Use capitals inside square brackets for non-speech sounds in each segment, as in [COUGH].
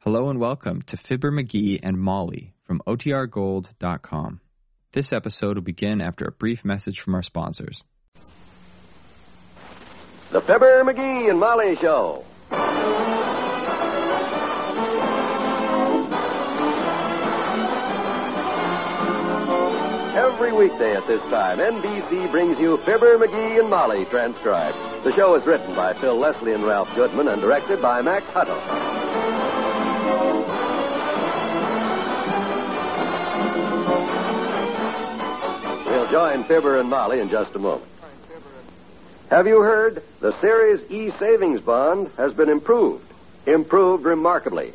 Hello and welcome to Fibber McGee and Molly from OTRGold.com. This episode will begin after a brief message from our sponsors. The Fibber McGee and Molly Show. Every weekday at this time, NBC brings you Fibber McGee and Molly transcribed. The show is written by Phil Leslie and Ralph Goodman and directed by Max Hutto. We'll join Fibber and Molly in just a moment. Have you heard? The Series E savings bond has been improved. Improved remarkably.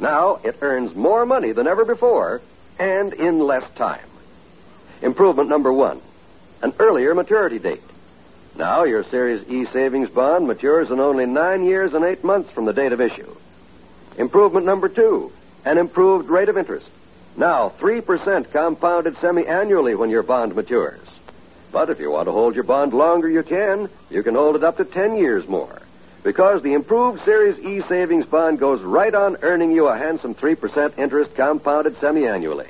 Now it earns more money than ever before and in less time. Improvement number one an earlier maturity date. Now your Series E savings bond matures in only nine years and eight months from the date of issue. Improvement number two an improved rate of interest. Now 3% compounded semi annually when your bond matures. But if you want to hold your bond longer, you can. You can hold it up to 10 years more. Because the improved Series E savings bond goes right on earning you a handsome 3% interest compounded semi annually.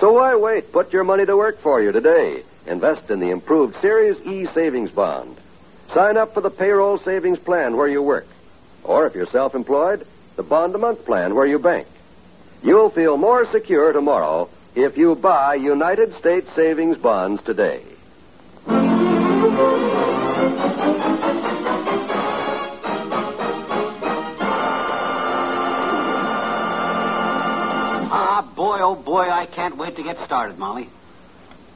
So why wait? Put your money to work for you today. Invest in the improved Series E savings bond. Sign up for the payroll savings plan where you work. Or if you're self employed, the bond a month plan where you bank. You'll feel more secure tomorrow if you buy United States savings bonds today. Ah, boy, oh boy, I can't wait to get started, Molly.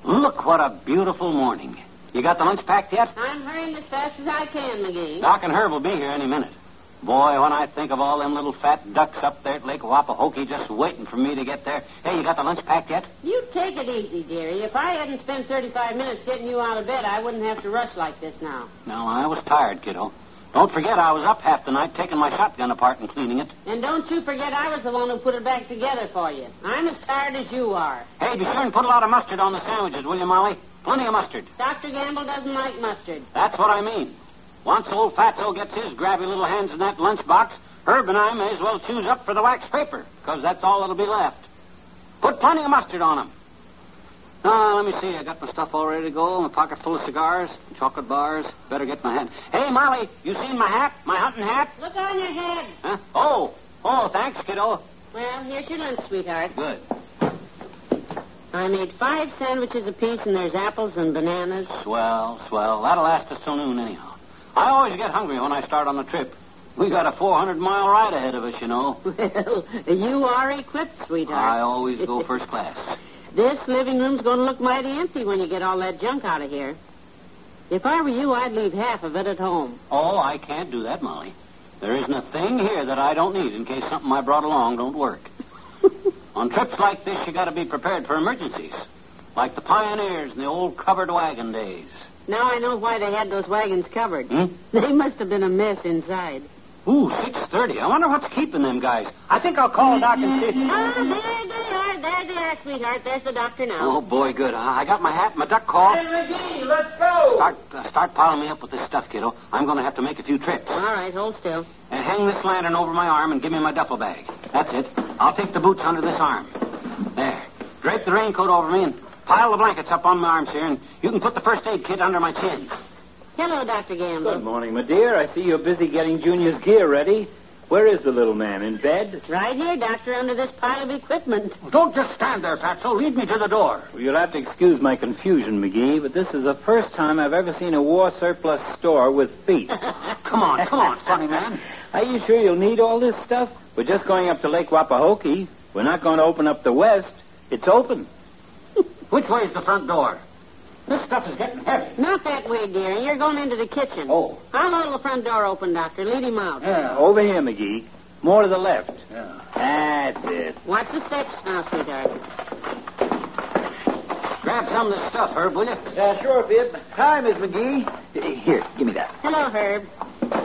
Look what a beautiful morning. You got the lunch packed yet? I'm hurrying as fast as I can, McGee. Doc and Herb will be here any minute. Boy, when I think of all them little fat ducks up there at Lake Wapahokee just waiting for me to get there. Hey, you got the lunch packed yet? You take it easy, dearie. If I hadn't spent 35 minutes getting you out of bed, I wouldn't have to rush like this now. No, I was tired, kiddo. Don't forget I was up half the night taking my shotgun apart and cleaning it. And don't you forget I was the one who put it back together for you. I'm as tired as you are. Hey, be sure and put a lot of mustard on the sandwiches, will you, Molly? Plenty of mustard. Dr. Gamble doesn't like mustard. That's what I mean. Once old Fatso gets his grabby little hands in that lunchbox, Herb and I may as well choose up for the wax paper, because that's all that'll be left. Put plenty of mustard on 'em. Ah, let me see. I got my stuff all ready to go. My pocket full of cigars, chocolate bars. Better get my hat. Hey, Molly, you seen my hat? My hunting hat? Look on your head. Huh? Oh, oh, thanks, kiddo. Well, here's your lunch, sweetheart. Good. I made five sandwiches apiece, and there's apples and bananas. [LAUGHS] Swell, swell. That'll last us till noon, anyhow. I always get hungry when I start on the trip. We got a 400 mile ride ahead of us, you know. Well, you are equipped, I sweetheart. always [LAUGHS] go first class. This living room's going to look mighty empty when you get all that junk out of here. If I were you, I'd leave half of it at [LAUGHS] home. Oh, I can't do that, Molly. There isn't a thing here that I don't need in case something I brought along don't work. On trips like this, you got to be prepared for emergencies, like the pioneers in the old covered wagon days. Now I know why they had those wagons covered. [LAUGHS] Hmm? They must have been a mess inside. Ooh, six thirty. I wonder what's keeping them guys. I think I'll call Doc and Ah, see. there they are. There they are, sweetheart. There's the doctor now. Oh boy, good. I I got my hat, and my duck call. McGee, let's go. Start, uh, start piling me up with this stuff, kiddo. I'm going to have to make a few trips. Oh, All right, hold still. And hang this lantern over my arm and give me my duffel bag. That's it. I'll take the boots under this arm. There. Drape the raincoat over me and pile the blankets up on my arms here, and you can put the first aid kit under my chin. Hello, Dr. Good Gamble. morning, my dear. I see you're busy getting Junior's gear ready. Where is the little man? In bed? Right here, doctor, under this pile of equipment. [LAUGHS] Don't just stand there, Fatso. Lead me to the door. Well, you'll have to excuse my confusion, McGee, but this is the first time I've ever seen a war surplus store with feet. Come on, come on, funny man. [LAUGHS] Are you sure you'll need all this stuff? We're just going up to Lake Wapahokee. We're not going to open up the west. It's open. Which way's the front door? This stuff is getting heavy. Not that way, dearie. You're going into the kitchen. Oh. I'll hold the front door open, doctor. Lead him out. Yeah. Over here, McGee. More to the left. yeah. That's it. Watch the steps now, sweetheart. Grab some of this stuff, Herb, will you? Yeah, sure, Bib. Hi, Miss McGee. Here, give me that. Hello, Herb.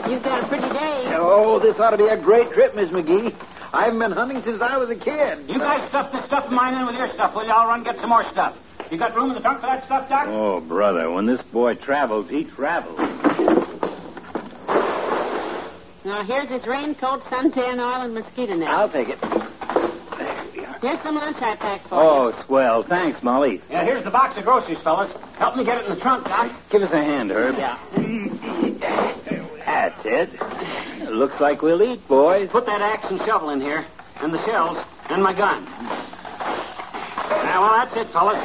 You've got a pretty day. Oh, this ought to be a great trip, Miss McGee. I haven't been hunting since I was a kid. You guys stuff this stuff of mine in with your stuff, will you? I'll run and get some more stuff. You got room in the trunk for that stuff, Doc? Oh, brother, when this boy travels, he travels. Now, here's this raincoat, suntan oil, and mosquito net. I'll take it. There we are. Here's some lunch I packed for you. Oh, swell. Thanks, Molly. Yeah, here's the box of groceries, fellas. Help me get it in the trunk, Doc. Give us a hand, Herb. Yeah. That's it. Looks like we'll eat, boys. Put that axe and shovel in here, and the shells, and my gun. Yeah, well, that's it, fellas.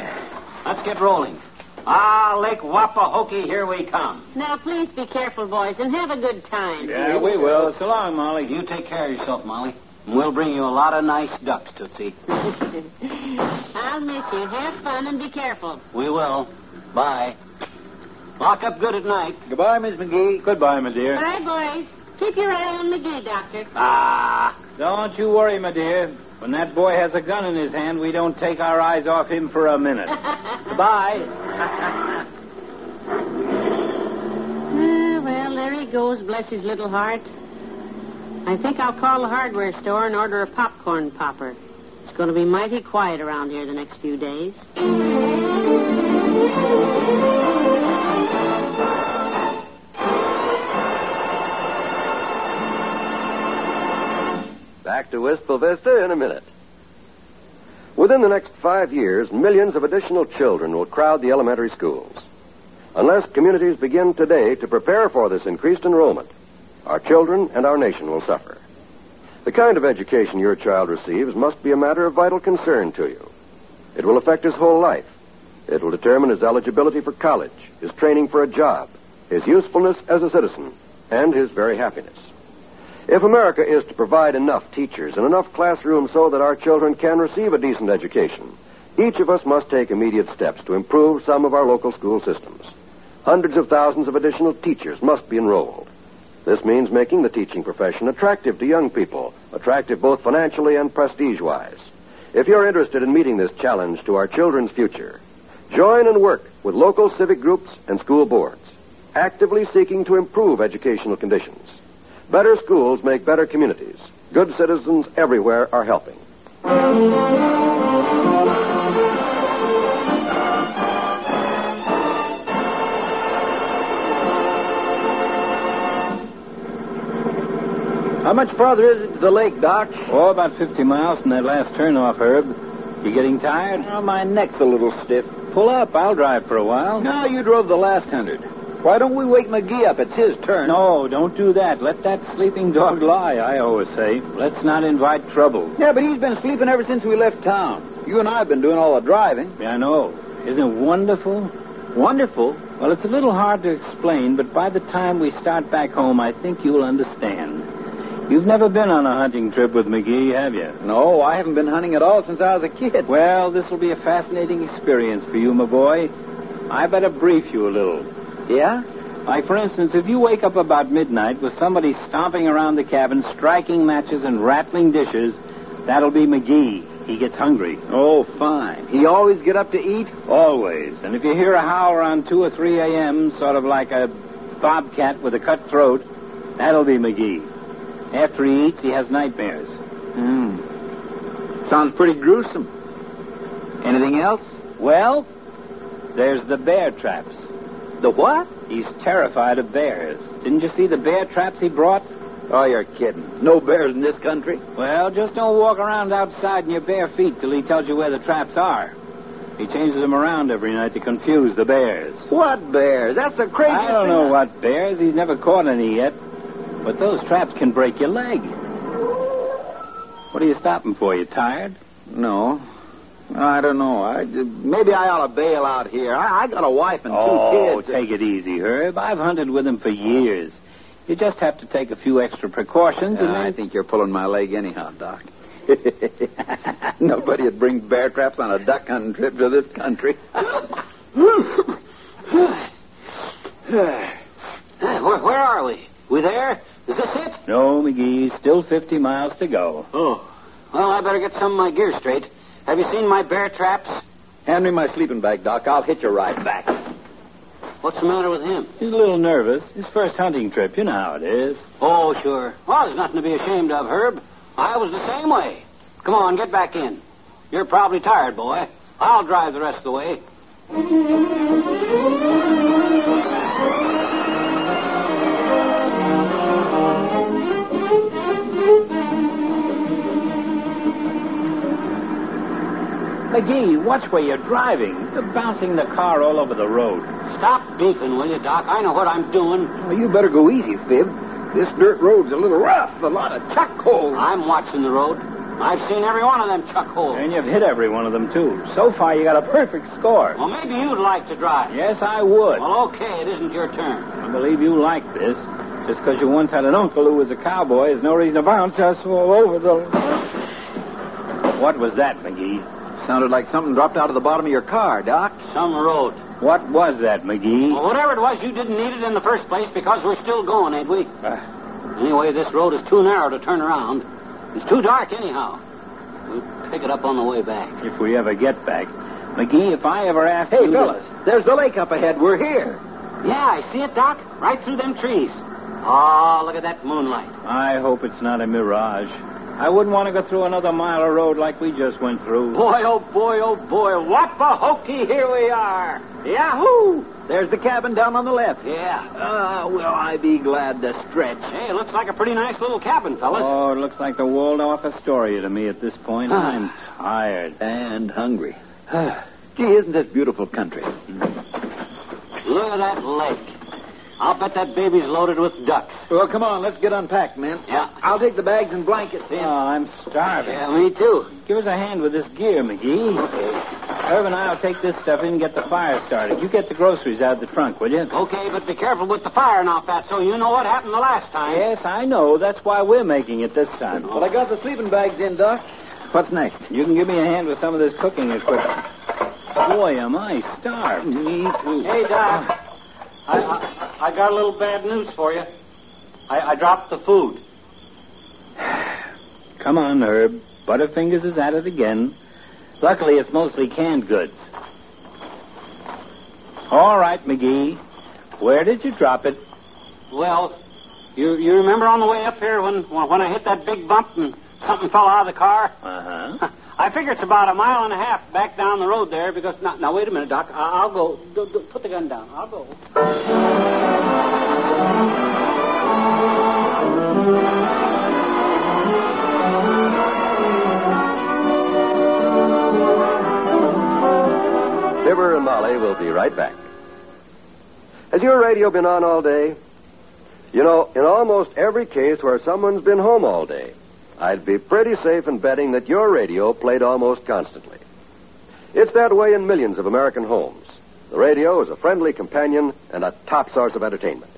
Let's get rolling. Ah, Lake Wapahokie, here we come. Now, please be careful, boys, and have a good time. [LAUGHS] Yeah, we will. So long, Molly. You take care of yourself, Molly. And we'll bring you a lot of nice ducks, [LAUGHS] Tootsie. I'll miss you. Have fun and be careful. We will. Bye. Lock up good at night. Goodbye, Miss McGee. Goodbye, my dear. Bye, boys. Keep your eye on McGee, Doctor. [LAUGHS] Ah, Don't you worry, my dear. When that boy has a gun in his hand, we don't take our eyes off him for a minute. Goodbye. [LAUGHS] Ah, well, there he goes, bless his little heart. I think I'll call the hardware store and order a popcorn popper. It's going to be mighty quiet around here the next few days. Back to Wistful Vista in a minute. Within the next five years, millions of additional children will crowd the elementary schools. Unless communities begin today to prepare for this increased enrollment, our children and our nation will suffer. The kind of education your child receives must be a matter of vital concern to you. It will affect his whole life. It will determine his eligibility for college, his training for a job, his usefulness as a citizen, and his very happiness. If America is to provide enough teachers and enough classrooms so that our children can receive a decent education, each of us must take immediate steps to improve some of our local school systems. Hundreds of thousands of additional teachers must be enrolled. This means making the teaching profession attractive to young people, attractive both financially and prestige wise. If you're interested in meeting this challenge to our children's future, join and work with local civic groups and school boards, actively seeking to improve educational conditions. Better schools make better communities. Good citizens everywhere are helping. How much farther is it to the lake, Doc? Oh, about 50 miles from that last turnoff, Herb. You getting tired? Well, my neck's a little stiff. Pull up. I'll drive for a while. No, you drove the last hundred. Why don't we wake McGee up? It's his turn. No, don't do that. Let that sleeping dog lie, I always say. Let's not invite trouble. Yeah, but he's been sleeping ever since we left town. You and I have been doing all the driving. I know. Isn't it wonderful? Wonderful. Well, it's a little hard to explain, but by the time we start back home, I think you'll understand. You've never been on a hunting trip with McGee, have you? No, I haven't been hunting at all since I was a kid. Well, this will be a fascinating experience for you, my boy. I better brief you a little. Yeah? Like, for instance, if you wake up about midnight with somebody stomping around the cabin, striking matches and rattling dishes, that'll be McGee. He gets hungry. Oh, fine. He always get up to eat? Always. And if you hear a howl around 2 or 3 a.m., sort of like a bobcat with a cut throat, that'll be McGee. After he eats, he has nightmares. Hmm. Sounds pretty gruesome. Anything else? Well, there's the bear traps. The what? He's terrified of bears. Didn't you see the bear traps he brought? Oh, you're kidding. No bears in this country? Well, just don't walk around outside in your bare feet till he tells you where the traps are. He changes them around every night to confuse the bears. What bears? That's the craziest I don't know thing what bears. He's never caught any yet. But those traps can break your leg. What are you stopping for? You tired? No. I don't know. I, maybe I ought to bail out here. I, I got a wife and two oh, kids. take it easy, Herb. I've hunted with him for years. You just have to take a few extra precautions, Yeah, and I then think you're pulling my leg anyhow, Doc. Nobody would bring bear traps on a duck hunting trip to this country. Hey, where, where are we? We there? Is this it? No, McGee, still 50 miles to go. Oh. Well, I better get some of my gear straight. Have you seen my bear traps? Hand me my sleeping bag, Doc. I'll hit you right back. What's the matter with him? He's a little nervous. His first hunting trip, you know how it is. Oh, sure. Well, there's nothing to be ashamed of, Herb. I was the same way. Come on, get back in. You're probably tired, boy. I'll drive the rest of the way. McGee, watch where you're driving. You're bouncing the car all over the road. Stop beeping, will you, Doc? I know what I'm doing. Well, you better go easy, Fib. This dirt road's a little rough. A lot of chuckholes. I'm watching the road. I've seen every one of them chuck holes. And you've hit every one of them, too. So far, you got a perfect score. Well, maybe you'd like to drive. Yes, I would. Well, okay, it isn't your turn. I believe you like this. Just because you once had an uncle who was a cowboy is no reason to bounce us all over the. What was that, McGee? Sounded like something dropped out of the bottom of your car, Doc. Some road. What was that, McGee? Well, whatever it was, you didn't need it in the first place because we're still going, ain't we? Uh, Anyway, this road is too narrow to turn around. It's too dark, anyhow. We'll pick it up on the way back. if we ever get back. McGee, if I ever ask Hey, you... fellas, there's the lake up ahead. We're here. Yeah, I see it, Doc. Right through them trees. Oh, look at that moonlight. I hope it's not a mirage. I wouldn't want to go through another mile of road like we just went through. Boy, oh boy, oh boy. What the hokey, here we are. Yahoo! There's the cabin down on the left. Yeah. Ah, will I be glad to stretch. Hey, looks like a pretty nice little cabin, fellas. Oh, it looks like the Waldorf Astoria to me at this point. Ah. I'm tired. And hungry. Gee, isn't this beautiful country? Look at that lake. I'll bet that baby's loaded with ducks. Well, come on, let's get unpacked, men. Yeah. I'll take the bags and blankets. Oh, I'm starving. Yeah, me too. Give us a hand with this gear, McGee. Irv and I'll take this stuff in and get the fire started. You get the groceries out of the trunk, will you? Okay, but be careful with the fire now, Fatso. You know what happened the last time. Yes, I know. That's why we're making it this time. Well, I got the sleeping bags in, Doc. What's next? You can give me a hand with some of this cooking equipment. Boy, am I starved. Me too. Hey, Doc. I, I, I got a little bad news for you. I, I dropped the food. [SIGHS] Come on, Herb. Butterfingers is at it again. Luckily, it's mostly canned goods. All right, McGee. Where did you drop it? Well, you you remember on the way up here when when when I hit that big bump and something fell out of the car? [LAUGHS] Uh-huh. Uh I figure it's about a mile and a half back down the road there because now, now wait a minute, Doc. I, I'll go. Go- go- Put the gun down. I'll go. Fibber and Molly will be right back. Has your radio been on all day? You know, in almost every case where someone's been home all day, I'd be pretty safe in betting that your radio played almost constantly. It's that way in millions of American homes. The radio is a friendly companion and a top source of entertainment.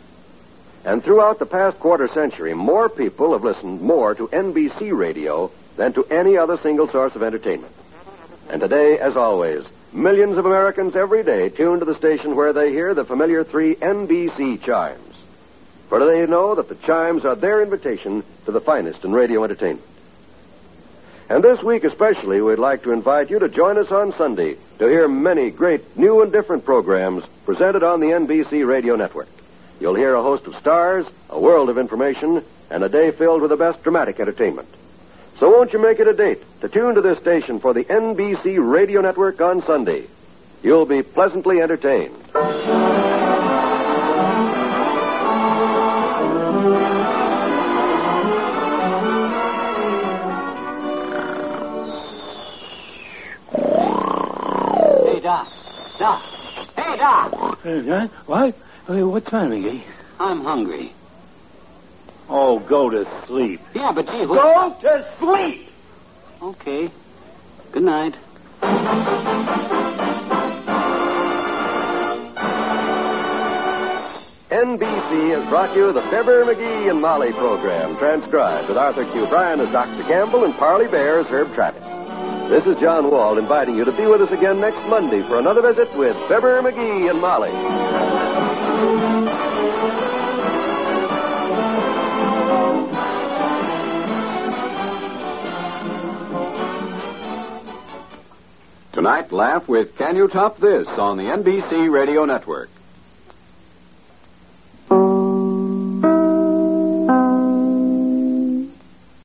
And throughout the past quarter century, more people have listened more to NBC radio than to any other single source of entertainment. And today, as always, millions of Americans every day tune to the station where they hear the familiar three NBC chimes. For they know that the chimes are their invitation to the finest in radio entertainment. And this week especially, we'd like to invite you to join us on Sunday to hear many great new and different programs presented on the NBC radio network. You'll hear a host of stars, a world of information, and a day filled with the best dramatic entertainment. So won't you make it a date to tune to this station for the NBC Radio Network on Sunday? You'll be pleasantly entertained. Hey, Doc. Doc. Hey, Doc. Uh-huh. huh. What? What's time, McGee? I'm hungry. Oh, go to sleep. Yeah, but gee, who... Go to sleep! Okay. Good night. NBC has brought you the Fibber, McGee, and Molly program, transcribed with Arthur Q. Bryan as Dr. Gamble and Parley Bear as Herb Travis. This is John Wald inviting you to be with us again next Monday for another visit with Fibber, McGee, and Molly. Tonight, laugh with Can You Top This on the NBC Radio Network.